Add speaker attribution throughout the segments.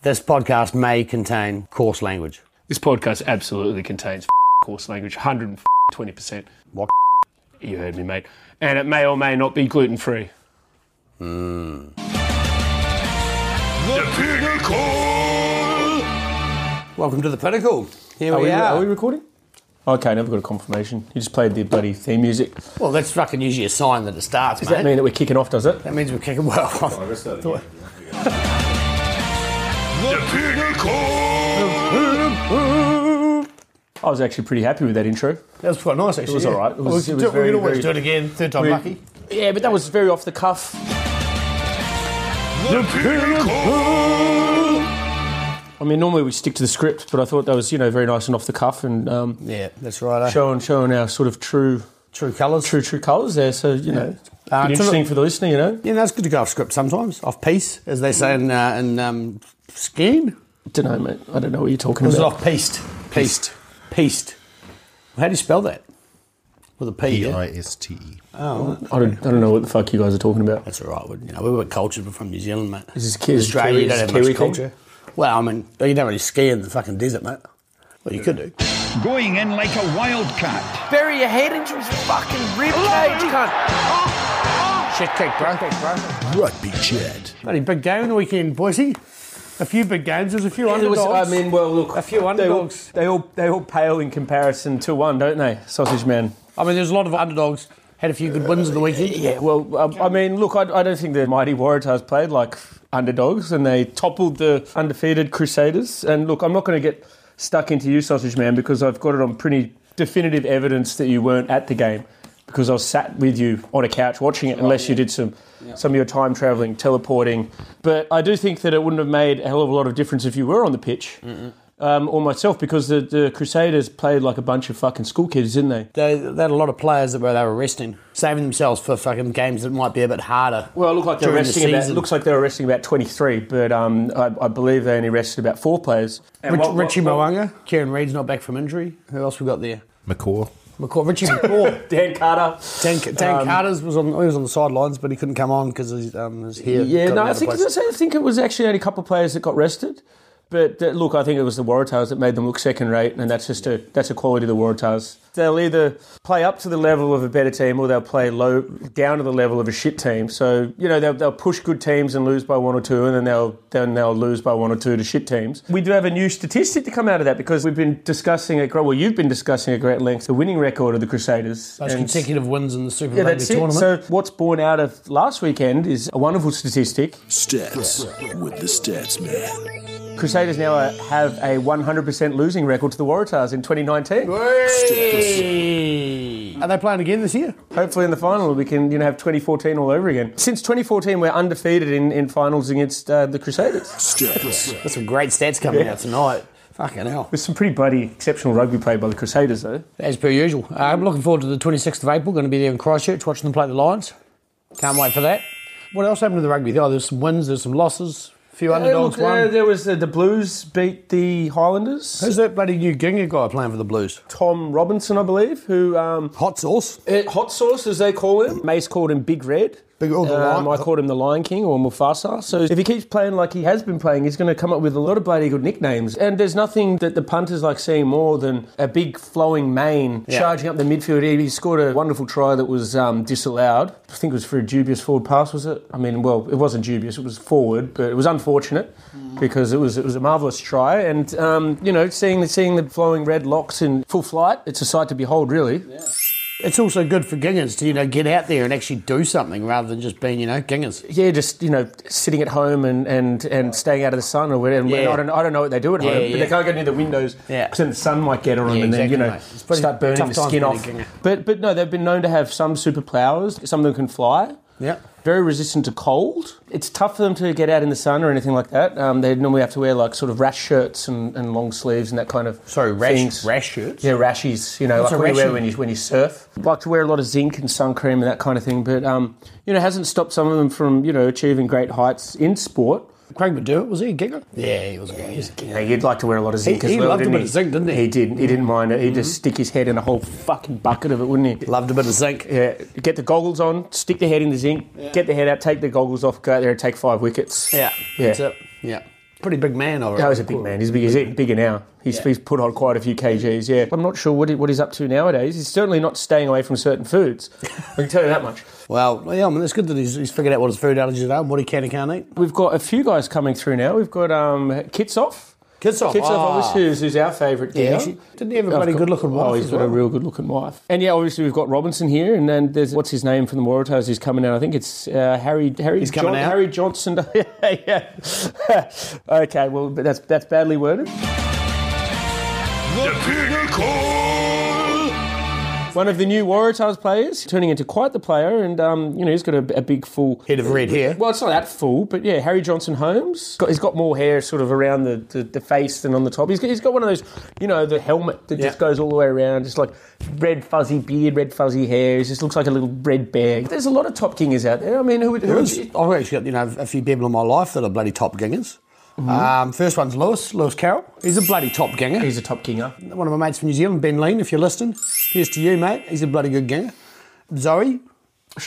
Speaker 1: This podcast may contain coarse language.
Speaker 2: This podcast absolutely contains coarse language, 120%.
Speaker 1: What?
Speaker 2: You heard me, mate. And it may or may not be gluten free.
Speaker 3: The Pinnacle!
Speaker 1: Welcome to the Pinnacle. Here we, are.
Speaker 2: recording? Okay, never got a confirmation. You just played the bloody theme music. Does
Speaker 1: well, that's fucking usually a sign that it starts, mate.
Speaker 2: that mean that we're kicking off, does it?
Speaker 1: That means we're kicking well.
Speaker 3: The Pinnacle!
Speaker 2: I was actually pretty happy with that intro.
Speaker 1: That was quite nice, actually.
Speaker 2: was all right. It was- it was
Speaker 1: we could
Speaker 2: very,
Speaker 1: always
Speaker 2: very-
Speaker 1: do it again, third time
Speaker 2: We-
Speaker 1: lucky.
Speaker 2: Yeah, but that was very off the cuff.
Speaker 3: The Pinnacle!
Speaker 2: I mean, normally we stick to the script, but I thought that was, you know, very nice and off the cuff and um,
Speaker 1: Yeah, that's right. eh?
Speaker 2: showing showing our sort of true
Speaker 1: True colours.
Speaker 2: true true colours there. So you know, it's pretty
Speaker 1: Uh, to
Speaker 2: interesting for the listener, you know.
Speaker 1: Yeah, that's good to go off script sometimes, off piece, as they say in, uh, in um, skiing.
Speaker 2: Don't know, mate. I don't know what you're talking
Speaker 1: Was it
Speaker 2: about.
Speaker 1: off pieced? Pieced. Pieced. How do you spell that? With a
Speaker 2: E.
Speaker 1: P, yeah?
Speaker 4: E-I-S-T-E.
Speaker 2: I don't, I don't know what the fuck you guys are talking about.
Speaker 1: That's all right. We, you know, we were cultured. We're from New Zealand, mate.
Speaker 2: Is this Ki- is
Speaker 1: Australia,
Speaker 2: Kiwi-
Speaker 1: you don't
Speaker 2: is
Speaker 1: have
Speaker 2: Kiwi
Speaker 1: much
Speaker 2: thing?
Speaker 1: culture. Well, I mean, you don't really ski in the fucking desert, mate. Well, you could do.
Speaker 5: going in like a wildcat.
Speaker 6: bury your head into his fucking ribcage, cunt.
Speaker 1: Shit kick, bro.
Speaker 4: Rugby chat.
Speaker 1: Bloody big game on the weekend, Boise. A few big games. There's a few
Speaker 2: It was-
Speaker 1: underdogs.
Speaker 2: I mean, well, look,
Speaker 1: A few underdogs.
Speaker 2: They all, they all they all pale in comparison to one, don't they? Sausage man.
Speaker 1: I mean, there's a lot of underdogs. Had a few good wins in the weekend.
Speaker 2: Yeah, well, um, I mean, look, I, I don't think the mighty Waratahs played like underdogs, and they toppled the undefeated Crusaders. And look, I'm not going to get stuck into you, sausage man, because I've got it on pretty definitive evidence that you weren't at the game. Because I was sat with you on a couch watching it, unless you did some some of your time traveling, teleporting. But I do think that it wouldn't have made a hell of a lot of difference if you were on the pitch um, or myself, because the, the Crusaders played like a bunch of fucking school kids, didn't they?
Speaker 1: They, they had a lot of players that were they were resting, saving themselves for fucking games that might be a bit harder.
Speaker 2: Well, it looked like they were
Speaker 1: during the
Speaker 2: resting about.
Speaker 1: season.
Speaker 2: Looks like they were resting about twenty three, but um, I, I believe they only rested about four players.
Speaker 1: Rich, Richie Moanga, Kieran Reid's not back from injury. Who else we got there?
Speaker 4: McCaw.
Speaker 1: McCaw, Richie McCaw.
Speaker 2: Dan Carter.
Speaker 1: Dan, Dan
Speaker 2: Um,
Speaker 1: Carter's was on. He was on the sidelines, but he couldn't come on because his um, his hair.
Speaker 2: Yeah,
Speaker 1: got
Speaker 2: no,
Speaker 1: in
Speaker 2: I
Speaker 1: other
Speaker 2: think,
Speaker 1: places.
Speaker 2: I think it was actually only a couple of players that got rested. But uh, look, I think it was the Waratahs that made them look second rate, and that's just a that's a quality of the Waratahs. They'll either play up to the level of a better team, or they'll play low down to the level of a shit team. So you know they'll, they'll push good teams and lose by one or two, and then they'll then they'll lose by one or two to shit teams. We do have a new statistic to come out of that because we've been discussing at great well, you've been discussing at great length the winning record of the Crusaders.
Speaker 1: Those
Speaker 2: and-
Speaker 1: consecutive wins in the Super
Speaker 2: yeah,
Speaker 1: Rugby
Speaker 2: that's it.
Speaker 1: tournament.
Speaker 2: So what's born out of last weekend is a wonderful statistic.
Speaker 4: Stats with the stats man.
Speaker 2: Crusaders now uh, have a 100% losing record to the Waratahs in 2019.
Speaker 1: Hey! Are they playing again this year?
Speaker 2: Hopefully, in the final, we can you know have 2014 all over again. Since 2014, we're undefeated in, in finals against uh, the Crusaders.
Speaker 4: Stats.
Speaker 1: That's some great stats coming out tonight. Fucking hell.
Speaker 2: There's some pretty bloody exceptional rugby played by the Crusaders, though.
Speaker 1: As per usual. Uh, I'm looking forward to the 26th of April. Going to be there in Christchurch watching them play the Lions. Can't wait for that. What else happened in the rugby? Oh, there's some wins, there's some losses, a few underdogs won.
Speaker 2: there was uh, the, the Blues beat the Highlanders.
Speaker 1: Who's that bloody new Ginga guy playing for the Blues?
Speaker 2: Tom Robinson, I believe, who um,
Speaker 1: Hot sauce.
Speaker 2: eh, Hot Sauce, as they call him. Mace called him Big Red.
Speaker 1: Big- oh, the
Speaker 2: um, I
Speaker 1: Lion-
Speaker 2: called him the Lion King or Mufasa. So if he keeps playing like he has been playing, he's going to come up with a lot of bloody good nicknames. And there's nothing that the punters like seeing more than a big flowing mane
Speaker 1: Yeah.
Speaker 2: charging up the midfield. He he scored a wonderful try that was um, disallowed. I think it was for a dubious forward pass, was it? I mean, well, it wasn't dubious; it was forward, but it was unfortunate
Speaker 1: Mm.
Speaker 2: because it was it was a marvelous try. And um, you know, seeing the seeing the flowing red locks in full flight, it's a sight to behold, really.
Speaker 1: It's also good for Gingers to, you know, get out there and actually do something rather than just being, you know, Gingers.
Speaker 2: Yeah, just you know, sitting at home and and, and staying out of the sun or whatever.
Speaker 1: Yeah.
Speaker 2: I don't I don't know what they do at home, but
Speaker 1: yeah.
Speaker 2: they can't go near the windows
Speaker 1: Yeah.
Speaker 2: because then the sun might get on them
Speaker 1: Yeah,
Speaker 2: and then you
Speaker 1: exactly,
Speaker 2: know
Speaker 1: mate. It's pretty
Speaker 2: start burning
Speaker 1: tough
Speaker 2: the
Speaker 1: times
Speaker 2: skin
Speaker 1: for
Speaker 2: off.
Speaker 1: the ginger.
Speaker 2: But but no, they've been known to have some superpowers. Some of them can fly.
Speaker 1: Yeah.
Speaker 2: Very resistant to cold. It's tough for them to get out in the sun or anything like that. Um, they normally have to wear like sort of rash shirts and, and long sleeves and that kind of
Speaker 1: Sorry, rash-
Speaker 2: things.
Speaker 1: rash shirts?
Speaker 2: Yeah, rashies. You know,
Speaker 1: What's
Speaker 2: like
Speaker 1: a
Speaker 2: what you wear
Speaker 1: rashie?
Speaker 2: when you when you surf. Like to wear a lot of zinc and sun cream and that kind of thing. But um, you know, hasn't stopped some of them from you know achieving great heights in sport.
Speaker 1: Craig McDewitt, was he a Ginger? Yeah, he was a Ginger.
Speaker 2: You know, you'd like to wear a lot of zinc
Speaker 1: He-
Speaker 2: as
Speaker 1: he
Speaker 2: well,
Speaker 1: loved a
Speaker 2: didn't
Speaker 1: bit
Speaker 2: he?
Speaker 1: of zinc, didn't he?
Speaker 2: He Mm-hmm. did. He didn't mind it. He'd just stick his head in a whole fucking bucket of it, wouldn't he?
Speaker 1: Loved a bit of zinc.
Speaker 2: Yeah, get the goggles on, stick the head in the zinc, get the head out, take the goggles off, go out there and take five wickets.
Speaker 1: Yeah,
Speaker 2: yeah.
Speaker 1: that's it. Yeah. pretty big man, all right.
Speaker 2: That was a big man. He's, big, he's bigger now. He's, he's put on quite a few kgs, yeah. I'm not sure what, he, what he's up to nowadays. He's certainly not staying away from certain foods. I can tell you that much.
Speaker 1: Well, yeah, I mean, it's good that he's, he's figured out what his food allergies are and what he can and can't eat.
Speaker 2: We've got a few guys coming through now. We've got um, Kitsoff.
Speaker 1: Kitsoff,
Speaker 2: Kitsoff,
Speaker 1: ah.
Speaker 2: obviously, who's, who's our favourite
Speaker 1: Yeah,
Speaker 2: now.
Speaker 1: actually, didn't he have a bloody
Speaker 2: I've got-
Speaker 1: good-looking wife
Speaker 2: Oh, he's
Speaker 1: as
Speaker 2: got a
Speaker 1: well?
Speaker 2: real good-looking wife. And yeah, obviously we've got Robinson here, and then there's what's his name from the Waratahs who's coming out. I think it's uh, Harry. Harry.
Speaker 1: He's coming out?
Speaker 2: Harry Johnson. yeah, yeah. okay, well, but that's that's badly worded.
Speaker 3: The pinnacle.
Speaker 2: One of the new Waratahs players, turning into quite the player, and um, you know he's got a, a big full
Speaker 1: Head of red hair.
Speaker 2: Well, it's not that full, but yeah, Harry Johnson Holmes. Got, he's got more hair sort of around the, the, the face than on the top. He's got, he's got one of those, you know, the helmet that just
Speaker 1: Yeah.
Speaker 2: goes all the way around, just like red fuzzy beard, red fuzzy hair. He just looks like a little red bear. There's a lot of top kingers out there. I mean, who would. Who
Speaker 1: There
Speaker 2: would
Speaker 1: is. I've actually got you know a few people in my life that are bloody top gingers. Um, first one's Lewis, Lewis Carroll. He's a bloody top ginger.
Speaker 2: he's a top kinger.
Speaker 1: One of my mates from New Zealand, Ben Lean, if you're listening. Here's to you, mate. He's a bloody good ginger. Zoe.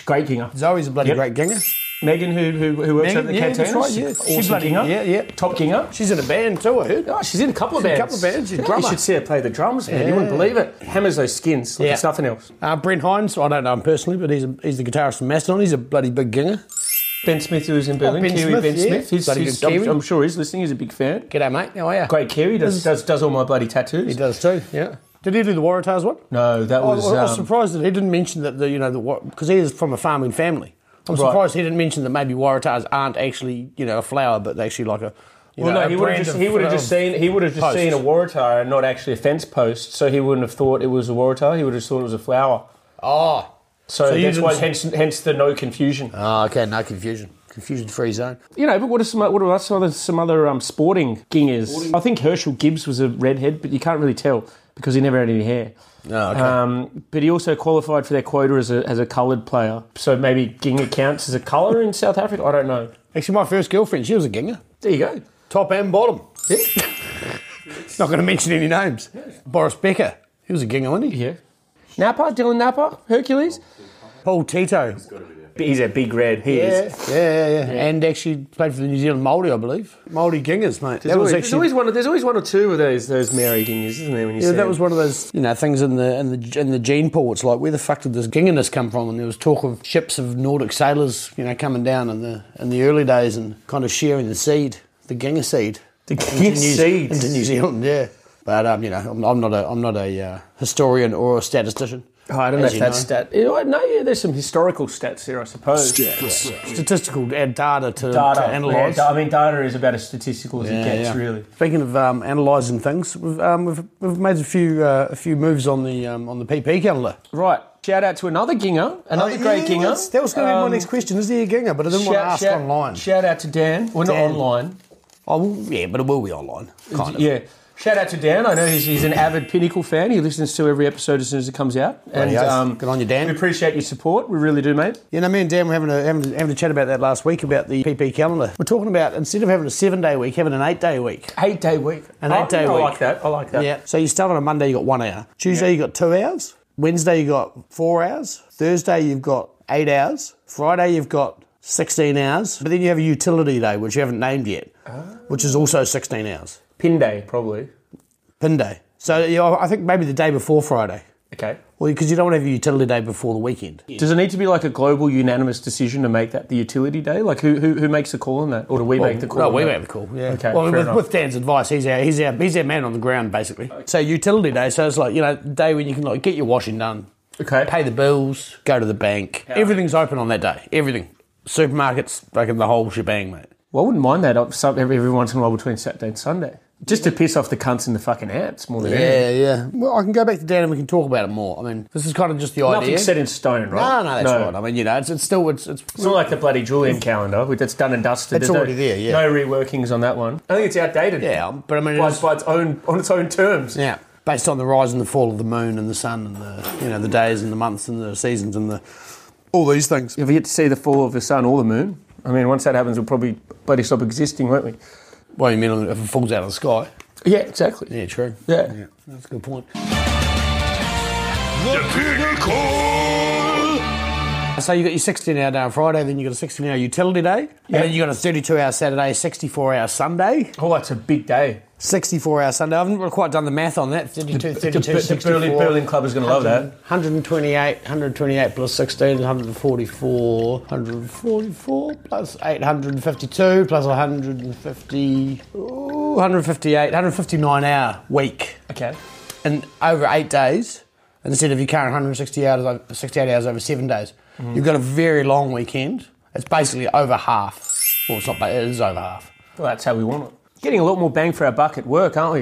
Speaker 2: Great kinger.
Speaker 1: Zoe's a bloody
Speaker 2: Yep.
Speaker 1: great ginger.
Speaker 2: Megan, who, who, who works
Speaker 1: Megan,
Speaker 2: at the
Speaker 1: yeah,
Speaker 2: canteen.
Speaker 1: that's right, yeah.
Speaker 2: Awesome
Speaker 1: She's bloody-
Speaker 2: kinger.
Speaker 1: yeah, yeah.
Speaker 2: Top kinger.
Speaker 1: She's in a band too, I heard.
Speaker 2: Oh, she's in a couple of
Speaker 1: She's in a
Speaker 2: bands.
Speaker 1: couple of bands. She's a
Speaker 2: yeah,
Speaker 1: drummer.
Speaker 2: You should see her play the drums, man. You wouldn't
Speaker 1: Yeah.
Speaker 2: believe it. Hammers those skins like
Speaker 1: Yeah.
Speaker 2: it's nothing else.
Speaker 1: Uh, Brent Hines, I don't know him personally, but he's, a, he's the guitarist from Mastodon. He's a bloody big ginger.
Speaker 2: Ben Smith, who is in Berlin,
Speaker 1: Oh, Ben
Speaker 2: Kiwi
Speaker 1: Smith,
Speaker 2: Ben
Speaker 1: yeah.
Speaker 2: Smith. He's,
Speaker 1: Bloody
Speaker 2: he's-
Speaker 1: good Kiwi.
Speaker 2: I'm, I'm sure he's listening. He's a big fan.
Speaker 1: G'day, mate. How are you?
Speaker 2: Great Kiwi does, does does all my bloody tattoos.
Speaker 1: He does Oh, too, yeah. Did he do the Waratahs one?
Speaker 2: No, that
Speaker 1: I,
Speaker 2: was.
Speaker 1: I, I was
Speaker 2: um,
Speaker 1: surprised that he didn't mention that the you know the because he is from a farming family. I'm surprised he didn't mention that maybe Waratahs aren't actually you know a flower, but they're actually like a. You
Speaker 2: well,
Speaker 1: know,
Speaker 2: no,
Speaker 1: a
Speaker 2: he would have
Speaker 1: brand
Speaker 2: just
Speaker 1: of- um,
Speaker 2: he would have just
Speaker 1: of-
Speaker 2: seen he would have just
Speaker 1: posts.
Speaker 2: seen a Waratah and not actually a fence post, so he wouldn't have thought it was a Waratah. He would have just thought it was a flower.
Speaker 1: Oh,
Speaker 2: So,
Speaker 1: So you
Speaker 2: that's
Speaker 1: didn't
Speaker 2: why,
Speaker 1: s-
Speaker 2: hence, hence the no confusion.
Speaker 1: oh, okay, no confusion, confusion free zone.
Speaker 2: You know, but what are some what are some other some other um, sporting gingers? I think Herschel Gibbs was a redhead, but you can't really tell because he never had any hair.
Speaker 1: Oh, okay.
Speaker 2: Um, but he also qualified for their quota as a, as a coloured player. So maybe ginger counts as a colour in South Africa? I don't know.
Speaker 1: Actually, my first girlfriend, she was a ginger,
Speaker 2: There you go.
Speaker 1: top and bottom. Not going to mention any names. Boris Becker, he was a ginger, wasn't he?
Speaker 2: Yeah. Napa, Dylan Napa, Hercules.
Speaker 1: Paul Tito,
Speaker 2: He's a big red. He is.
Speaker 1: yeah, yeah, yeah, and actually played for the New Zealand Maori, I believe. Maori gingers, mate.
Speaker 2: There's,
Speaker 1: that
Speaker 2: always,
Speaker 1: was
Speaker 2: there's,
Speaker 1: actually
Speaker 2: always one, there's always one or two of those those Maori gingers, isn't there? When you
Speaker 1: Yeah,
Speaker 2: see
Speaker 1: that
Speaker 2: them?
Speaker 1: was one of those you know things in the in the in the gene pool. It's like where the fuck did this gingerness come from? And there was talk of ships of Nordic sailors, you know, coming down in the in the early days and kind of sharing the seed, the ginger seed,
Speaker 2: the
Speaker 1: into
Speaker 2: ginger
Speaker 1: New,
Speaker 2: seeds.
Speaker 1: into New Zealand. Yeah, but um, you know, I'm, I'm not a I'm not a uh, historian or a statistician.
Speaker 2: Oh, I don't know
Speaker 1: as you
Speaker 2: if that's stat. You know, I know, yeah, there's some historical stats there, I suppose.
Speaker 4: Stats.
Speaker 1: statistical uh, data to,
Speaker 2: Data.
Speaker 1: to analyse.
Speaker 2: Yeah, I mean, data is about as statistical as it
Speaker 1: Yeah,
Speaker 2: gets,
Speaker 1: yeah.
Speaker 2: really.
Speaker 1: Speaking of um, analysing things, we've, um, we've, we've made a few uh, a few moves on the um, on the PP calendar.
Speaker 2: Right. Shout out to another ginger, another great
Speaker 1: Oh, Yeah,
Speaker 2: ginger.
Speaker 1: that's- That was going to be my
Speaker 2: Um,
Speaker 1: next question. Is there a ginger? But I didn't want to ask online.
Speaker 2: Shout out to Dan. Well,
Speaker 1: Dan.
Speaker 2: not online.
Speaker 1: Oh, well, yeah, but it will be online, kind of.
Speaker 2: Yeah. Shout out to Dan. I know he's, he's an avid Pinnacle fan. He listens to every episode as soon as it comes out. And
Speaker 1: Bloody
Speaker 2: um,
Speaker 1: oath. Good on you, Dan.
Speaker 2: We appreciate your support. We really do, mate.
Speaker 1: You know, me and Dan were having a, having, a, having a chat about that last week about the PP calendar. We're talking about instead of having a seven day week, having an eight day week.
Speaker 2: Eight day week.
Speaker 1: An
Speaker 2: I-
Speaker 1: eight-day
Speaker 2: I
Speaker 1: week.
Speaker 2: like that. I like that.
Speaker 1: Yeah. So you start on a Monday, you got one hour. Tuesday, you got two hours. Wednesday, you got four hours. Thursday, you've got eight hours. Friday, you've got 16 hours. But then you have a utility day, which you haven't named yet, which is also 16 hours.
Speaker 2: Pin day, probably.
Speaker 1: Pin day. So you know, I think maybe the day before Friday.
Speaker 2: Okay.
Speaker 1: Well, because you don't want to have a utility day before the weekend.
Speaker 2: Does it need to be like a global unanimous decision to make that the utility day? Like who who, who makes the call on that, or do we make the call?
Speaker 1: No,
Speaker 2: on
Speaker 1: we
Speaker 2: that?
Speaker 1: make the call. Yeah.
Speaker 2: Okay,
Speaker 1: Well,
Speaker 2: fair
Speaker 1: with,
Speaker 2: enough.
Speaker 1: with Dan's advice, he's our he's our he's our man on the ground basically. So utility day. So it's like you know day when you can like get your washing done,
Speaker 2: Okay.
Speaker 1: pay the bills, go to the bank. Everything's open on that day. Everything. Supermarkets, fucking the whole shebang, mate.
Speaker 2: Well, I wouldn't mind that up some, every, every once in a while between Saturday and Sunday, just to piss off the cunts in the fucking ants more than anything.
Speaker 1: Yeah, yeah. Well, I can go back to Dan and we can talk about it more. I mean, this is kind of just the
Speaker 2: Nothing
Speaker 1: idea.
Speaker 2: set in stone,
Speaker 1: no,
Speaker 2: right?
Speaker 1: no, that's right. I mean, you know, it's, it's still it's it's
Speaker 2: It's not like the bloody Julian calendar with- that's done and dusted.
Speaker 1: It's
Speaker 2: There's no-
Speaker 1: already there, yeah.
Speaker 2: No reworkings on that one. I think it's outdated.
Speaker 1: yeah. But I mean,
Speaker 2: By,
Speaker 1: it's,
Speaker 2: by its own on its own terms.
Speaker 1: Yeah, based on the rise and the fall of the moon and the sun and the you know the days and the months and the seasons and the all these things.
Speaker 2: If we get to see the fall of the sun or the moon, I mean, once that happens, we'll probably bloody stop existing, won't we?
Speaker 1: Well, you mean if it falls out of the sky?
Speaker 2: Yeah, exactly.
Speaker 1: Yeah, true.
Speaker 2: Yeah.
Speaker 1: that's a good point.
Speaker 3: The pinnacle.
Speaker 1: So you got your 16 hour day on Friday, then you got a 16 hour utility day, and then you got a 32 hour Saturday, 64 hour Sunday,
Speaker 2: Oh, that's a big day.
Speaker 1: 64 hour Sunday. I haven't quite done the math on that. 32,
Speaker 2: The-
Speaker 1: 32,
Speaker 2: the- the
Speaker 1: 64,
Speaker 2: Berlin- Berlin Club is gonna love that.
Speaker 1: 128, 128 plus 16, 144, 144 plus 852 plus 150, ooh, 158, 159 hour week
Speaker 2: Okay.
Speaker 1: and over eight days instead of you current 160 hours over, 68 hours over seven days.
Speaker 2: Mm-hmm.
Speaker 1: You've got a very long weekend. It's basically over half. Well, it's not, but it is over half.
Speaker 2: Well, that's how we want it. Getting a lot more bang for our buck at work, aren't we?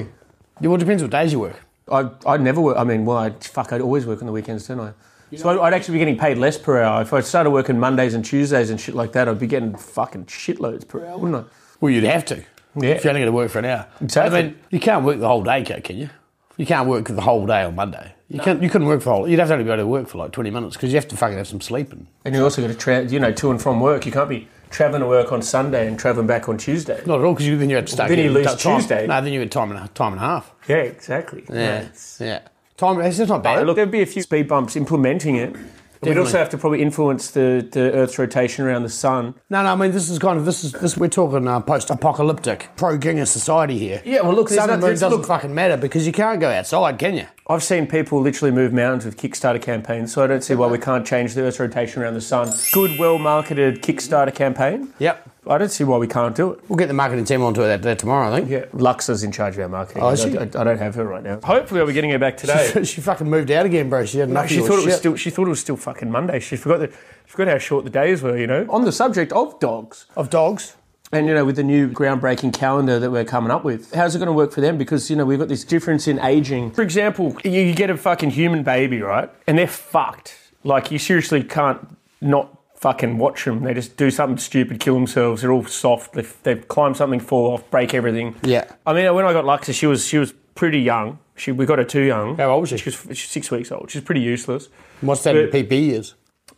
Speaker 1: Yeah, well, it depends what days you work.
Speaker 2: I I never work. I mean, well, I, fuck, I'd always work on the weekends, didn't I? so I'd, I'd actually be getting paid less per hour if I started working Mondays and Tuesdays and shit like that. I'd be getting fucking shitloads per hour, wouldn't I?
Speaker 1: Well, you'd have to.
Speaker 2: Yeah.
Speaker 1: If you're only going to work for an hour.
Speaker 2: Exactly.
Speaker 1: I mean, you can't work the whole day, Kurt, can you? You can't work the whole day on Monday. You, can't, you couldn't work for the whole... You'd have to only be able to work for like 20 minutes because you have to fucking have some sleeping.
Speaker 2: And you also got to, tra- you know, to and from work. You can't be traveling to work on Sunday and traveling back on Tuesday.
Speaker 1: Not at all because then you have to start
Speaker 2: Then you
Speaker 1: getting
Speaker 2: lose
Speaker 1: t- time.
Speaker 2: Tuesday.
Speaker 1: No, then you had time and, a- time and a half.
Speaker 2: Yeah, exactly.
Speaker 1: Yeah. Yeah. Time... It's just not bad.
Speaker 2: Uh, look, there'd be a few speed bumps implementing it. We'd
Speaker 1: Definitely.
Speaker 2: also have to probably influence the, the Earth's rotation around the sun.
Speaker 1: No, no. I mean, this is kind of this is this. We're talking uh, post-apocalyptic, pro-Ginga society here.
Speaker 2: Yeah, well, look, there's
Speaker 1: sun and
Speaker 2: no-
Speaker 1: moon
Speaker 2: there's-
Speaker 1: doesn't
Speaker 2: look-
Speaker 1: fucking matter because you can't go outside, can you?
Speaker 2: I've seen people literally move mountains with Kickstarter campaigns, so I don't see why we can't change the Earth's rotation around the sun. Good, well marketed Kickstarter campaign.
Speaker 1: Yep.
Speaker 2: I don't see why we can't do it.
Speaker 1: We'll get the marketing team onto that, that tomorrow. I think.
Speaker 2: Yeah, Luxa's in charge of our marketing.
Speaker 1: Oh,
Speaker 2: I,
Speaker 1: is she?
Speaker 2: I, I don't have her right now. Hopefully, I'll be getting her back today.
Speaker 1: she fucking moved out again, bro. She had
Speaker 2: No,
Speaker 1: enough.
Speaker 2: she
Speaker 1: of your
Speaker 2: thought it was
Speaker 1: shit.
Speaker 2: still. She thought it was still fucking Monday. She forgot that. She forgot how short the days were. You know. On the subject of dogs,
Speaker 1: of dogs.
Speaker 2: And you know, with the new groundbreaking calendar that we're coming up with, how's it going to work for them? Because you know, we've got this difference in aging. For example, you, you get a fucking human baby, right? And they're fucked. Like you seriously can't not fucking watch them. They just do something stupid, kill themselves. They're all soft. They, they climb something, fall off, break everything.
Speaker 1: Yeah.
Speaker 2: I mean, when I got Luxa, she was she was pretty young. She we got her too young.
Speaker 1: How old was she?
Speaker 2: She was she's six weeks old. She's pretty useless.
Speaker 1: What's that in
Speaker 2: But-
Speaker 1: PP is?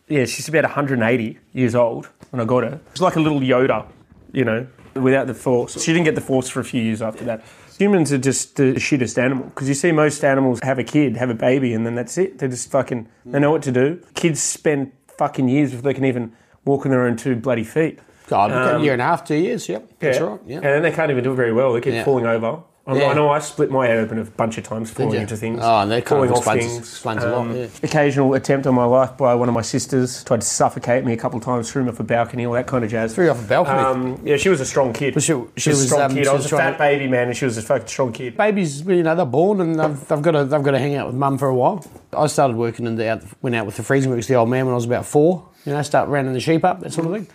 Speaker 2: Yeah, she's about 180 years old when I got her. She's like a little Yoda, you know, without the force. She didn't get the force for a few years after that. Humans are just the shittest animal because you see most animals have a kid, have a baby, and then that's it. They're just fucking, they know what to do. Kids spend fucking years before they can even walk on their own two bloody feet. Um,
Speaker 1: God, a year and a half, two years. Yep. That's right. Yeah.
Speaker 2: And then they can't even do it very well. They keep
Speaker 1: Yeah.
Speaker 2: falling over. I know-
Speaker 1: Yeah.
Speaker 2: I know I split my head open a bunch of times falling
Speaker 1: you?
Speaker 2: into things.
Speaker 1: Oh, and that kind
Speaker 2: falling
Speaker 1: of
Speaker 2: off
Speaker 1: explains-
Speaker 2: things. Um,
Speaker 1: explains a lot, yeah.
Speaker 2: Occasional attempt on my life by one of my sisters. Tried to suffocate me a couple of times, threw me off a balcony, all that kind of jazz.
Speaker 1: Threw you off a balcony?
Speaker 2: Um, yeah, she was a strong kid.
Speaker 1: But she- she
Speaker 2: a
Speaker 1: was,
Speaker 2: strong
Speaker 1: um,
Speaker 2: kid.
Speaker 1: she
Speaker 2: I
Speaker 1: was
Speaker 2: was a
Speaker 1: trying
Speaker 2: fat baby man, and she was a fucking strong kid.
Speaker 1: Babies, you know, they're born and they've, they've got to they've got to hang out with mum for a while. I started working in the out, went out with the freezing works, the old man, when I was about four. You know, start rounding the sheep up, that sort of thing.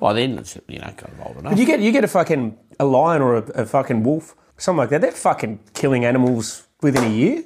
Speaker 1: By then, it's you know, kind of old enough.
Speaker 2: You get you get a fucking a lion or a, a fucking wolf, something like that. They're fucking killing animals within a year.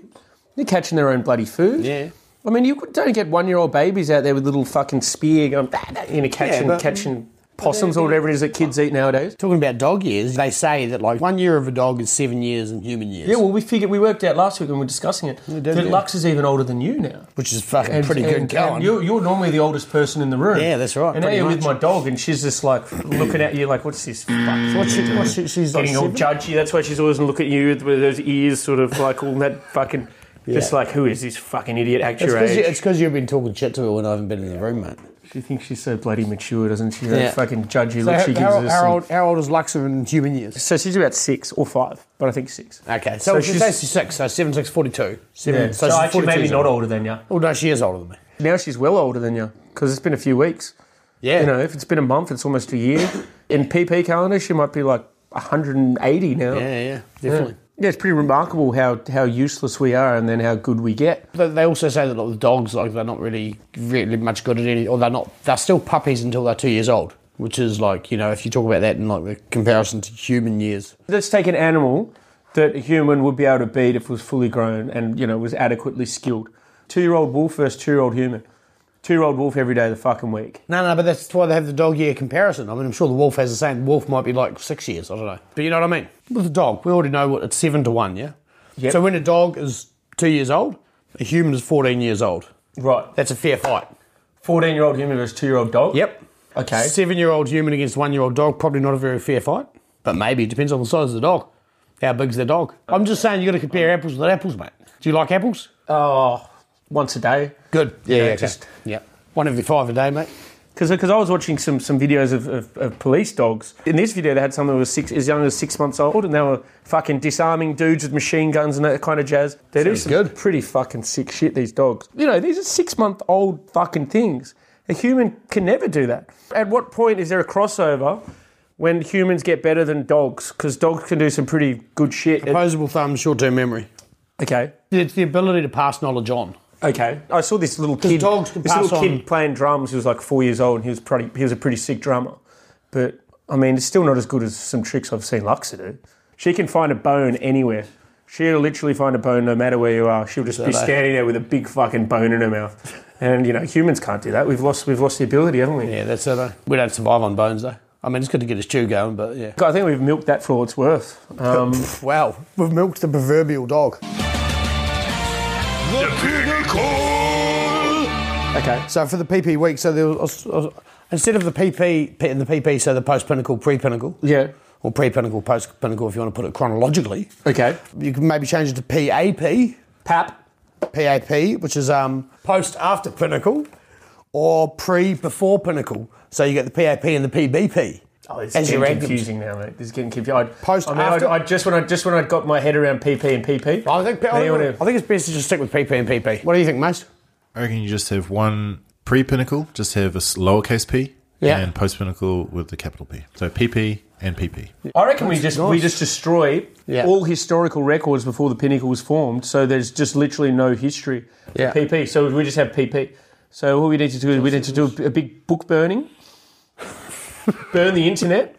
Speaker 2: They're catching their own bloody food.
Speaker 1: Yeah.
Speaker 2: I mean, you don't get one-year-old babies out there with little fucking spear going, "Bah, bah," you know, catching
Speaker 1: but-
Speaker 2: catching possums or whatever it is that kids eat nowadays.
Speaker 1: Talking about dog years, they say that like one year of a dog is seven years in human years,
Speaker 2: Yeah, well, we figured we worked out last week when we were discussing it
Speaker 1: did,
Speaker 2: that
Speaker 1: yeah.
Speaker 2: Lux is even older than you now.
Speaker 1: which is fucking pretty
Speaker 2: and,
Speaker 1: good going.
Speaker 2: and you're, you're normally the oldest person in the room.
Speaker 1: Yeah, that's right,
Speaker 2: And now
Speaker 1: pretty
Speaker 2: you're with
Speaker 1: much.
Speaker 2: my dog, and she's just like looking at you, like, "What's this?" Fuck?
Speaker 1: What's she- what's she- she's like
Speaker 2: getting
Speaker 1: seven?
Speaker 2: all judgy. That's why she's always looking at you with those ears, sort of like all that fucking, just
Speaker 1: Yeah.
Speaker 2: like, "Who is this fucking idiot?" At
Speaker 1: it's
Speaker 2: your
Speaker 1: because
Speaker 2: age,
Speaker 1: you, it's 'cause you've been talking shit to her when I haven't been in the room, mate.
Speaker 2: she thinks she's so bloody mature, doesn't she? That
Speaker 1: Yeah.
Speaker 2: fucking judgy
Speaker 1: So
Speaker 2: look
Speaker 1: how,
Speaker 2: she gives
Speaker 1: how,
Speaker 2: us.
Speaker 1: how
Speaker 2: and-
Speaker 1: old, how old is Luxa in human years?
Speaker 2: So she's about six or five, but I think six.
Speaker 1: Okay, so, she's,
Speaker 2: she's-
Speaker 1: six, so seven, six, forty-two. Seven,
Speaker 2: Yeah. So, actually, maybe not older than you.
Speaker 1: Oh no, she is older than me.
Speaker 2: Now she's well older than you because it's been a few weeks.
Speaker 1: Yeah,
Speaker 2: You know, if it's been a month, it's almost a year. In PP calendar, she might be like 180 now.
Speaker 1: yeah, yeah, definitely.
Speaker 2: Yeah, it's pretty remarkable how, how useless we are and then how good we get.
Speaker 1: They- They also say that like, the dogs, like they're not really, really much good at any, or they're not, they're still puppies until they're two years old, which is like, you know, if you talk about that in like the comparison to human years.
Speaker 2: Let's take an animal that a human would be able to beat if it was fully grown and, you know, was adequately skilled. Two year old wolf versus two year old human. Two year old wolf every day of the fucking week.
Speaker 1: No, no, but that's why they have the dog year comparison. I mean, I'm sure the wolf has the same. The wolf might be like six years. I don't know, but you know what I mean. With a dog, we already know what it's seven to one, yeah.
Speaker 2: Yep.
Speaker 1: So when a dog is two years old, a human is 14 years old.
Speaker 2: Right.
Speaker 1: That's a fair fight.
Speaker 2: 14 year old human versus two year old dog.
Speaker 1: Yep.
Speaker 2: Okay.
Speaker 1: Seven-year-old human against one-year-old dog, probably not a very fair fight, but maybe it depends on the size of the dog. How big's the dog? I'm just saying you got to compare apples with apples, mate. Do you like apples?
Speaker 2: Oh, once a day.
Speaker 1: Good. Yeah.
Speaker 2: Yeah,
Speaker 1: yeah okay.
Speaker 2: just-
Speaker 1: Yep. 175 a day, mate.
Speaker 2: Because I was watching some, some videos of, of, of police dogs. In this video, they had someone who was six, as young as six months old, and they were fucking disarming dudes with machine guns and that kind of jazz. They do
Speaker 1: Sounds
Speaker 2: some
Speaker 1: good.
Speaker 2: pretty fucking sick shit, these dogs. You know, these are six month old fucking things. A human can never do that. At what point is there a crossover when humans get better than dogs? Because dogs can do some pretty good shit.
Speaker 1: Opposable thumb, short term memory.
Speaker 2: okay.
Speaker 1: It's the ability to pass knowledge on.
Speaker 2: Okay, I saw this little kid.
Speaker 1: dogs can
Speaker 2: this
Speaker 1: pass
Speaker 2: little
Speaker 1: on-
Speaker 2: kid playing drums. He was like four years old, and he was pretty. He was a pretty sick drummer, but I mean, it's still not as good as some tricks I've seen Luxa do. She can find a bone anywhere. She'll literally find a bone no matter where you are. She'll just be
Speaker 1: they?
Speaker 2: standing there with a big fucking bone in her mouth. And you know, humans can't do that. We've lost. We've lost the ability, haven't we?
Speaker 1: Yeah, that's it. Though. We don't survive on bones though. I mean, it's good to get a stew going, but yeah.
Speaker 2: I think we've milked that for all it's worth. Um,
Speaker 1: Wow, we've milked the proverbial dog.
Speaker 3: The Pinnacle!
Speaker 2: okay.
Speaker 1: So for the PP week, so there was, I was- instead of the PP P- and the PP, so the post pinnacle, pre pinnacle,
Speaker 2: Yeah.
Speaker 1: or pre pinnacle, post pinnacle, if you want to put it chronologically,
Speaker 2: Okay.
Speaker 1: you can maybe change it to PAP,
Speaker 2: Pap.
Speaker 1: PAP, which is um, post after pinnacle, or pre before pinnacle. So you get the PAP and the PBP.
Speaker 2: Oh, it's
Speaker 1: As you
Speaker 2: getting
Speaker 1: rank them.
Speaker 2: confusing now, mate. This is getting confusing. I'd,
Speaker 1: Post
Speaker 2: I mean, I'd-
Speaker 1: after-
Speaker 2: I'd just when I just when I got my head around PP and PP.
Speaker 1: I think, I
Speaker 2: Now you
Speaker 1: think,
Speaker 2: wanna-
Speaker 1: I think it's best to just stick with PP and PP. What do you think, mate?
Speaker 7: I reckon you just have one pre pinnacle, just have a s- lowercase p,
Speaker 1: Yeah.
Speaker 7: and post pinnacle with the capital P. So PP and PP.
Speaker 2: I reckon we just we just destroy
Speaker 1: Yeah.
Speaker 2: all historical records before the pinnacle was formed. So there's just literally no history. for
Speaker 1: Yeah.
Speaker 2: PP. So we just have PP. So what we need to do is we need to do a, a big book burning, burn the internet,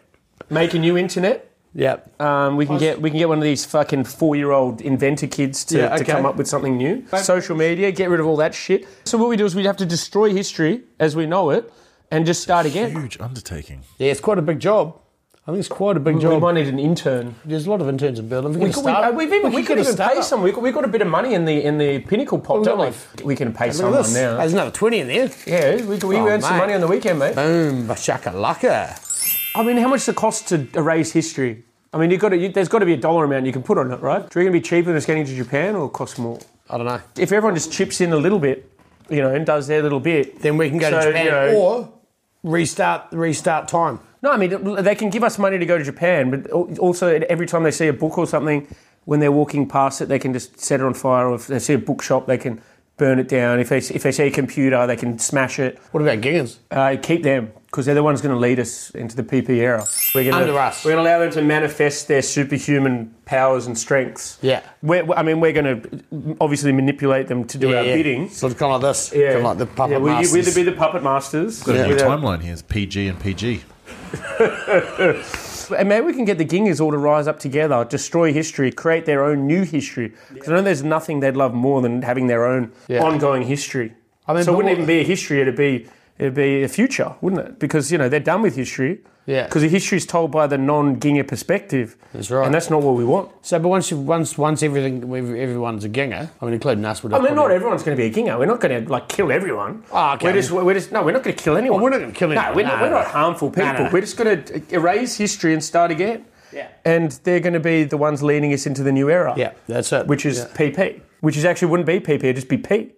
Speaker 2: make a new internet.
Speaker 1: Yeah.
Speaker 2: Um, we can get we can get one of these fucking four year old inventor kids to,
Speaker 1: Yeah,
Speaker 2: to
Speaker 1: okay.
Speaker 2: come up with something new. Social media, get rid of all that shit. So what we do is we have to destroy history as we know it and just start again.
Speaker 7: Huge undertaking.
Speaker 1: Yeah, it's quite a big job. I think it's quite a big
Speaker 2: We
Speaker 1: job.
Speaker 2: might need an intern.
Speaker 1: There's a lot of interns in Berlin.
Speaker 2: We could, we, uh, we've even, we could even pay
Speaker 1: some.
Speaker 2: someone. We've got, we've got a bit of money in the in the pinnacle pot,
Speaker 1: We've got
Speaker 2: don't we? We can pay
Speaker 1: Look at
Speaker 2: someone
Speaker 1: this.
Speaker 2: now.
Speaker 1: There's another 20 in there.
Speaker 2: Yeah, we, we
Speaker 1: Oh,
Speaker 2: earn some
Speaker 1: mate.
Speaker 2: money on the weekend, mate.
Speaker 1: Boom, shakalaka.
Speaker 2: I mean, how much does it cost to erase history? I mean, you've got to, you, there's got to be a dollar amount you can put on it, right? Do you reckon it'd be cheaper than just getting to Japan or cost more?
Speaker 1: I don't know.
Speaker 2: If everyone just chips in a little bit, you know, and does their little bit,
Speaker 1: Then we can go to
Speaker 2: So,
Speaker 1: Japan
Speaker 2: you know-
Speaker 1: or restart restart time.
Speaker 2: No, I mean they can give us money to go to Japan, but al- also every time they see a book or something, when they're walking past it, they can just set it on fire. Or if they see a bookshop, they can burn it down. If they if they see a computer, they can smash it.
Speaker 1: What about Gingers?
Speaker 2: Uh, keep them because they're the ones going to lead us into the PP era. We're gonna,
Speaker 1: Under us.
Speaker 2: We're going to allow them to manifest their superhuman powers and strengths.
Speaker 1: Yeah.
Speaker 2: We're, I mean, we're going to obviously manipulate them to do our bidding.
Speaker 1: So it's kind of like this. Kind of like the puppet
Speaker 2: yeah, we're,
Speaker 1: masters.
Speaker 2: We're the, we're the puppet masters.
Speaker 7: Got a new
Speaker 2: We're the-
Speaker 7: timeline here. It's PG and PG.
Speaker 2: And maybe we can get the gingers all to rise up together, destroy history, create their own new history. Because I know there's nothing they'd love more than having their own
Speaker 1: Yeah.
Speaker 2: ongoing history.
Speaker 1: I mean, but
Speaker 2: so it wouldn't
Speaker 1: what-
Speaker 2: even be a history; it'd be it'd be a future, wouldn't it? Because you know they're done with history.
Speaker 1: Yeah.
Speaker 2: Because the history is told by the non-ginger perspective.
Speaker 1: That's right.
Speaker 2: And that's not what we want.
Speaker 1: So, but once you once once everything every- everyone's a Ginger, I mean, including us, would
Speaker 2: I mean, Oh, not everyone's going to be a ginger. We're not going to like kill everyone.
Speaker 1: Ah, okay. Oh,
Speaker 2: We're just, we're just no, we're not going to kill anyone.
Speaker 1: we're not gonna kill
Speaker 2: No,
Speaker 1: anyone.
Speaker 2: we're, not,
Speaker 1: No,
Speaker 2: we're
Speaker 1: no,
Speaker 2: not
Speaker 1: no.
Speaker 2: harmful people.
Speaker 1: no, no.
Speaker 2: We're just going to erase history and start again.
Speaker 1: Yeah.
Speaker 2: And they're going to be the ones leading us into the new era.
Speaker 1: Yeah, that's it.
Speaker 2: Which is
Speaker 1: Yeah.
Speaker 2: PP. Which is actually wouldn't be PP. It'd just be P.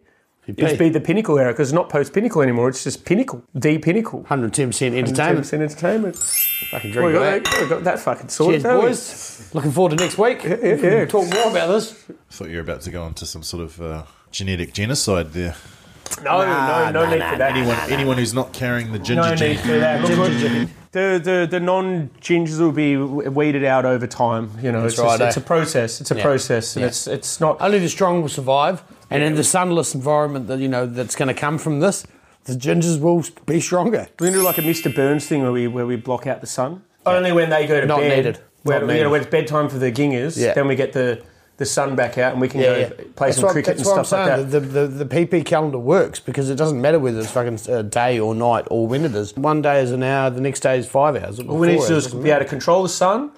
Speaker 1: PP.
Speaker 2: It'd just be the pinnacle era because it's not post pinnacle anymore. It's just pinnacle. The pinnacle.
Speaker 1: 110% entertainment.
Speaker 2: 10% entertainment.
Speaker 1: Fucking
Speaker 2: We
Speaker 1: drink
Speaker 2: got,
Speaker 1: that.
Speaker 2: that, we got that fucking sorted.
Speaker 1: Cheers,
Speaker 2: haven't we?
Speaker 1: boys. Looking forward to next week.
Speaker 2: yeah.
Speaker 1: Talk more about this.
Speaker 7: Thought you were about to go into some sort of uh, genetic genocide there.
Speaker 2: No, no, no need for that.
Speaker 7: Anyone, anyone who's not carrying the ginger
Speaker 2: No
Speaker 7: gene.
Speaker 2: need for that. Look, look, the the, the non gingers will be weeded out over time. You know, it's,
Speaker 1: right,
Speaker 2: just-
Speaker 1: eh?
Speaker 2: it's a process. It's a
Speaker 1: Yeah.
Speaker 2: process, and
Speaker 1: Yeah.
Speaker 2: it's it's not.
Speaker 1: Only the strong will survive, and in the sunless environment that you know that's going to come from this, the gingers will be stronger.
Speaker 2: We can do like a Mr. Burns thing where we where we block out the sun only when they go to
Speaker 1: Not
Speaker 2: bed.
Speaker 1: needed.
Speaker 2: Where,
Speaker 1: Not
Speaker 2: you
Speaker 1: needed.
Speaker 2: know, when it's bedtime for the gingers,
Speaker 1: Yeah.
Speaker 2: then we get the. The sun back out, and we can go play
Speaker 1: That's
Speaker 2: some
Speaker 1: what-
Speaker 2: cricket and
Speaker 1: that's what
Speaker 2: stuff
Speaker 1: I'm
Speaker 2: like
Speaker 1: saying,
Speaker 2: that.
Speaker 1: The, the, the PP calendar works because it doesn't matter whether it's fucking uh, day or night or when it is. One day is an hour, the next day is five hours. or
Speaker 2: All we need
Speaker 1: four
Speaker 2: to do
Speaker 1: hours,
Speaker 2: is
Speaker 1: doesn't
Speaker 2: be
Speaker 1: matter.
Speaker 2: able to control the sun,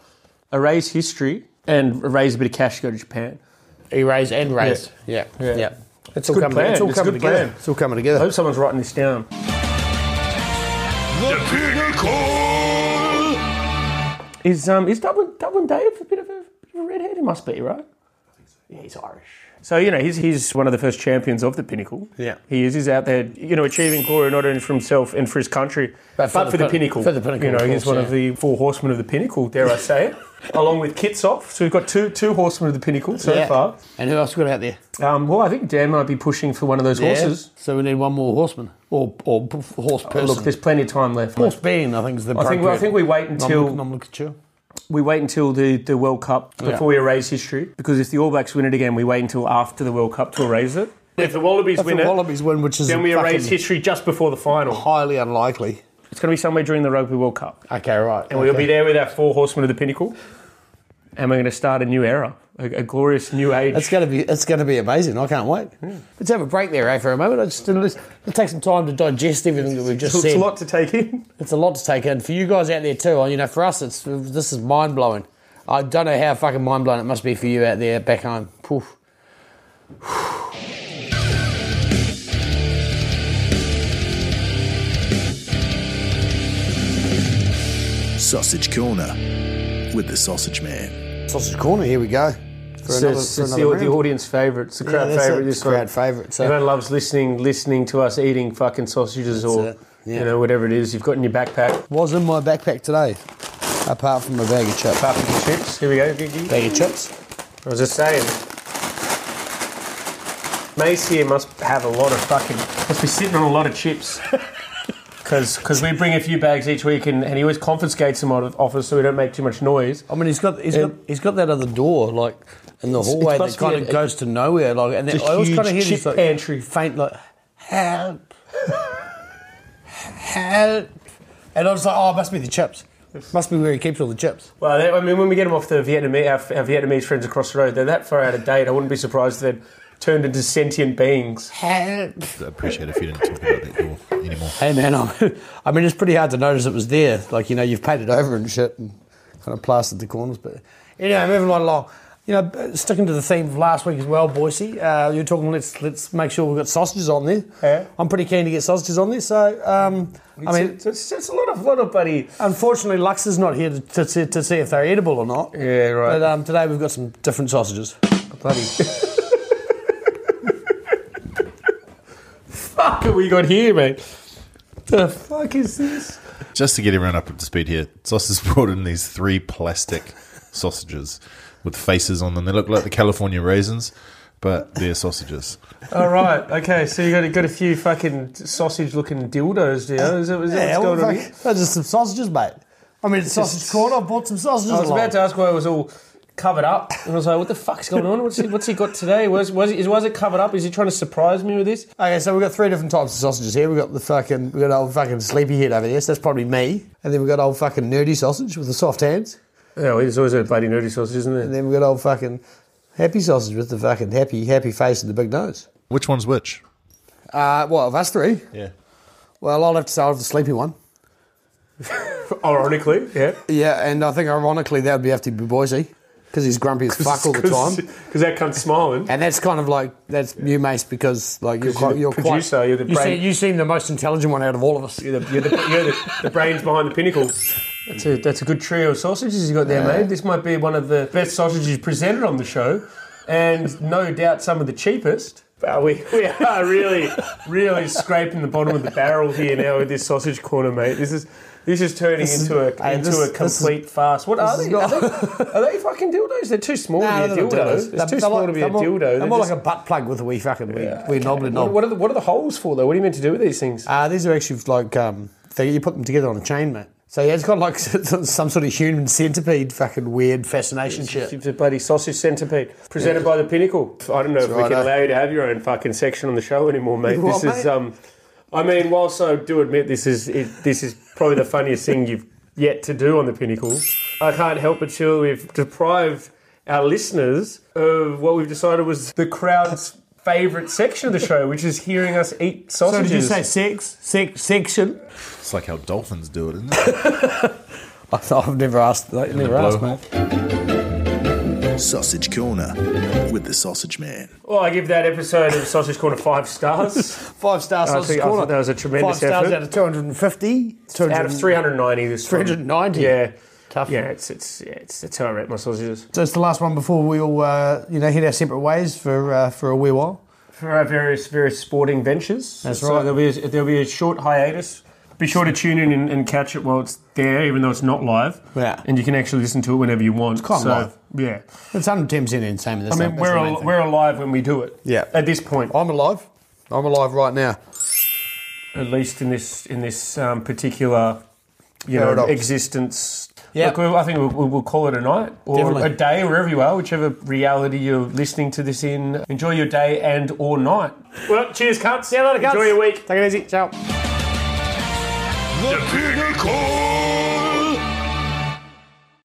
Speaker 2: erase history, and raise a bit of cash to go to Japan.
Speaker 1: erase and raise. Yeah, yeah.
Speaker 2: Yeah.
Speaker 1: It's all
Speaker 2: good
Speaker 1: coming.
Speaker 2: plan.
Speaker 1: It's all
Speaker 2: It's a
Speaker 1: coming
Speaker 2: good
Speaker 1: together.
Speaker 2: plan.
Speaker 1: It's all coming
Speaker 2: I
Speaker 1: together.
Speaker 2: hope someone's writing this down.
Speaker 3: The Pinnacle!
Speaker 2: Is um is Dublin Dublin Dave a bit of a, bit of a redhead? He must be, right?
Speaker 1: Yeah, he's Irish.
Speaker 2: So, you know, he's, he's one of the first champions of the pinnacle.
Speaker 1: Yeah.
Speaker 2: He is. He's out there, you know, achieving glory not only for himself and for his country, but for, the,
Speaker 1: pin-
Speaker 2: pinnacle.
Speaker 1: for the pinnacle,
Speaker 2: You know,
Speaker 1: of
Speaker 2: he's
Speaker 1: course,
Speaker 2: one of the four horsemen of the pinnacle, dare I say it, along with Kitsoff. So we've got two two horsemen of the pinnacle so
Speaker 1: Yeah.
Speaker 2: far.
Speaker 1: And who else we got out there?
Speaker 2: Um, well, I think Dan might be pushing for one of those horses.
Speaker 1: Yeah. So we need one more horseman or or p- horse person.
Speaker 2: Look, there's plenty of time left.
Speaker 1: Oh, horse being, I think, is the.
Speaker 2: I think, I
Speaker 1: appropriate
Speaker 2: think we wait until
Speaker 1: nomenclature.
Speaker 2: we wait until the, the World Cup before
Speaker 1: Yeah.
Speaker 2: we erase history. Because if the All Blacks win it again, we wait until after the World Cup to erase it. If the Wallabies
Speaker 1: If the
Speaker 2: win it,
Speaker 1: Wallabies win, which is
Speaker 2: then we erase
Speaker 1: fucking
Speaker 2: history just before the final.
Speaker 1: highly unlikely.
Speaker 2: It's going to be somewhere during the Rugby World Cup.
Speaker 1: Okay, right.
Speaker 2: And we'll be there with our four horsemen of the pinnacle. And we're going to start a new era, a, a glorious new age.
Speaker 1: It's gonna be it's gonna be amazing. I can't wait. Let's have a break there, eh, for a moment. I just let's, let's take some time to digest everything that we've just
Speaker 2: it's
Speaker 1: said.
Speaker 2: a lot to take in.
Speaker 1: It's a lot to take in for you guys out there too. You know, for us, it's this is mind blowing. I don't know how fucking mind blowing it must be for you out there back home. Poof.
Speaker 4: Sausage Corner with the Sausage Man.
Speaker 1: Sausage corner. Here we go. For
Speaker 2: It's,
Speaker 1: another-
Speaker 2: it's
Speaker 1: for
Speaker 2: the,
Speaker 1: another
Speaker 2: the
Speaker 1: round.
Speaker 2: audience favourite. It's the crowd
Speaker 1: Yeah, that's it.
Speaker 2: favourite. This
Speaker 1: It's crowd
Speaker 2: one.
Speaker 1: favourite, so-
Speaker 2: Everyone loves listening, listening to us eating fucking sausages or
Speaker 1: it, yeah.
Speaker 2: you know whatever it is you've got in your backpack.
Speaker 1: was in my backpack today, apart from a bag of chips.
Speaker 2: Apart from the chips. Here we go, Gigi.
Speaker 1: Bag of chips.
Speaker 2: I was just saying, Mace here must have a lot of fucking must be sitting on a lot of chips. Because we bring a few bags each week and, and he always confiscates them out of office so we don't make too much noise.
Speaker 1: I mean, he's got he's got he's got that other door like in the hallway that
Speaker 2: must
Speaker 1: kind
Speaker 2: be
Speaker 1: of
Speaker 2: a-
Speaker 1: goes to nowhere. Like, and then
Speaker 2: It's a
Speaker 1: I always
Speaker 2: huge
Speaker 1: kind of hear
Speaker 2: chip
Speaker 1: this like,
Speaker 2: pantry.
Speaker 1: faint like help, help, and I was like, oh, it must be the chips. Must be where he keeps all the chips.
Speaker 2: Well, they- I mean, when we get them off the Vietnamese, our, our Vietnamese friends across the road, they're that far out of date. I wouldn't be surprised if they'd turned into sentient beings.
Speaker 1: Help.
Speaker 7: I'd appreciate if you didn't talk about that door anymore.
Speaker 1: Hey man, I'm, I mean, it's pretty hard to notice it was there. Like you know, you've painted over and shit, and kind of plastered the corners. But anyway, moving right along. You know, b- sticking to the theme of last week as well, Boise. Uh, you're talking. Let's let's make sure we've got sausages on there.
Speaker 2: Yeah.
Speaker 1: I'm pretty keen to get sausages on there. So um, I mean,
Speaker 2: it's, it's, it's a lot of lot of buddy.
Speaker 1: unfortunately, Lux is not here to, to, see- to see if they're edible or not.
Speaker 2: Yeah, right.
Speaker 1: But um, today we've got some different sausages.
Speaker 2: Bloody. fuck have we got here, mate? The fuck is this?
Speaker 7: Just to get everyone up to speed here, Sauce has brought in these three plastic sausages with faces on them. They look like the California raisins, but they're sausages.
Speaker 2: All right, okay. So you got got a few fucking sausage-looking dildos, there. Is that, is that what's going
Speaker 1: well,
Speaker 2: on
Speaker 1: fuck,
Speaker 2: here?
Speaker 1: those are some sausages, mate. I mean, it's sausage
Speaker 2: just-
Speaker 1: corner. I bought some sausages.
Speaker 2: I was
Speaker 1: along.
Speaker 2: about to ask why it was all covered up, and I was like, "What the fuck's going on? What's he, what's he got today? Was was he, is, was it covered up? Is he trying to surprise me with this?"
Speaker 1: Okay, so we've got three different types of sausages here. We've got the fucking, we've got old fucking sleepy head over there, so that's probably me. And then we've got old fucking nerdy sausage with the soft hands.
Speaker 2: Oh, it's always a bloody nerdy sausage, isn't
Speaker 1: And
Speaker 2: it?
Speaker 1: then we've got old fucking happy sausage with the fucking happy, happy face and the big nose.
Speaker 7: Which one's which?
Speaker 1: Uh, well, of us three,
Speaker 7: Yeah.
Speaker 1: well, I'll have to say I have the sleepy one.
Speaker 2: Ironically, yeah.
Speaker 1: Yeah, and I think ironically that would be have to be Boise, because he's grumpy as fuck all the time.
Speaker 2: because that cunt's smiling.
Speaker 1: And that's kind of like, that's you, Mace, because like you're
Speaker 2: you're
Speaker 1: quite,
Speaker 2: the
Speaker 1: you're
Speaker 2: producer,
Speaker 1: quite,
Speaker 2: you're the
Speaker 1: you,
Speaker 2: brain-
Speaker 1: seem, you seem the most intelligent one out of all of us.
Speaker 2: You're the, you're the, you're the, the brains behind the pinnacle. That's a, that's a good trio of sausages you got there, mate. This might be one of the best sausages presented on the show, and no doubt some of the cheapest. But we, we are really, really scraping the bottom of the barrel here now with this sausage corner, mate. This is this is turning
Speaker 1: This is-
Speaker 2: into a
Speaker 1: hey,
Speaker 2: into
Speaker 1: this-
Speaker 2: a
Speaker 1: this is-
Speaker 2: complete farce. What are
Speaker 1: this
Speaker 2: they?
Speaker 1: is not-
Speaker 2: Are they? Are they fucking dildos? They're too small
Speaker 1: Nah,
Speaker 2: to be
Speaker 1: they're
Speaker 2: a
Speaker 1: not
Speaker 2: dildo. It's
Speaker 1: They're-
Speaker 2: too
Speaker 1: they're
Speaker 2: small
Speaker 1: like-
Speaker 2: to be a
Speaker 1: they're more-
Speaker 2: dildo.
Speaker 1: They're
Speaker 2: They're
Speaker 1: more
Speaker 2: just-
Speaker 1: like a butt plug with a wee fucking wee, wee knob and knob.
Speaker 2: what, what are the, what are the holes for though? What are you meant to do with these things?
Speaker 1: Uh, these are actually like um, they, you put them together on a chain, mate. So yeah, it's got like some sort of human centipede, fucking weird fascination shit.
Speaker 2: It's a bloody sausage centipede presented by the Pinnacle. I don't know if we
Speaker 1: right,
Speaker 2: can
Speaker 1: eh?
Speaker 2: allow you to have your own fucking section on the show anymore, mate.
Speaker 1: Well,
Speaker 2: this is,
Speaker 1: mate-
Speaker 2: um, I mean, whilst I do admit this is it, this is probably the funniest thing you've yet to do on the Pinnacle, I can't help but feel we've deprived our listeners of what we've decided was the crowd's favourite section of the show, which is hearing us eat
Speaker 1: So
Speaker 2: sausages.
Speaker 1: did you say sex, sex section?
Speaker 7: It's like how dolphins do it, isn't it?
Speaker 1: I've never asked. Like,
Speaker 7: In the
Speaker 1: never asked, mate.
Speaker 7: blowhole.
Speaker 4: Sausage Corner with the Sausage Man.
Speaker 2: Well, I give that episode of Sausage Corner five stars
Speaker 1: Five star
Speaker 2: think-
Speaker 1: sausage
Speaker 2: I thought
Speaker 1: corner.
Speaker 2: that was a tremendous
Speaker 1: Five stars
Speaker 2: effort.
Speaker 1: out of 250.
Speaker 2: out of 390 this time.
Speaker 1: 390?
Speaker 2: Yeah.
Speaker 1: Tough.
Speaker 2: Yeah, it's it's yeah, it's that's how I rate my sausages.
Speaker 1: So it's the last one before we all, uh, you know, head our separate ways for uh, for a wee while.
Speaker 2: For our various various sporting ventures,
Speaker 1: That's
Speaker 2: So
Speaker 1: right.
Speaker 2: There'll be a, there'll be a short hiatus. Be sure to tune in and, and catch it while it's there, even though it's not live.
Speaker 1: Yeah.
Speaker 2: and you can actually listen to it whenever you want.
Speaker 1: kind of
Speaker 2: so,
Speaker 1: live.
Speaker 2: Yeah,
Speaker 1: It's under ten percent entertainment.
Speaker 2: I
Speaker 1: This
Speaker 2: mean
Speaker 1: time. That's
Speaker 2: we're
Speaker 1: the main
Speaker 2: al-
Speaker 1: thing.
Speaker 2: we're alive when we do it.
Speaker 1: Yeah.
Speaker 2: at this point,
Speaker 1: I'm alive. I'm alive right now.
Speaker 2: at least in this in this um, particular you know
Speaker 1: Paradox.
Speaker 2: existence.
Speaker 1: Yeah.
Speaker 2: Look, we- I think we'll, we'll call it a night or
Speaker 1: Definitely.
Speaker 2: a day, wherever you are, whichever reality you're listening to this in. Enjoy your day and or night. Well, cheers, cunts. See you later, Enjoy your week.
Speaker 1: Take it easy. Ciao.
Speaker 3: The Pinnacle!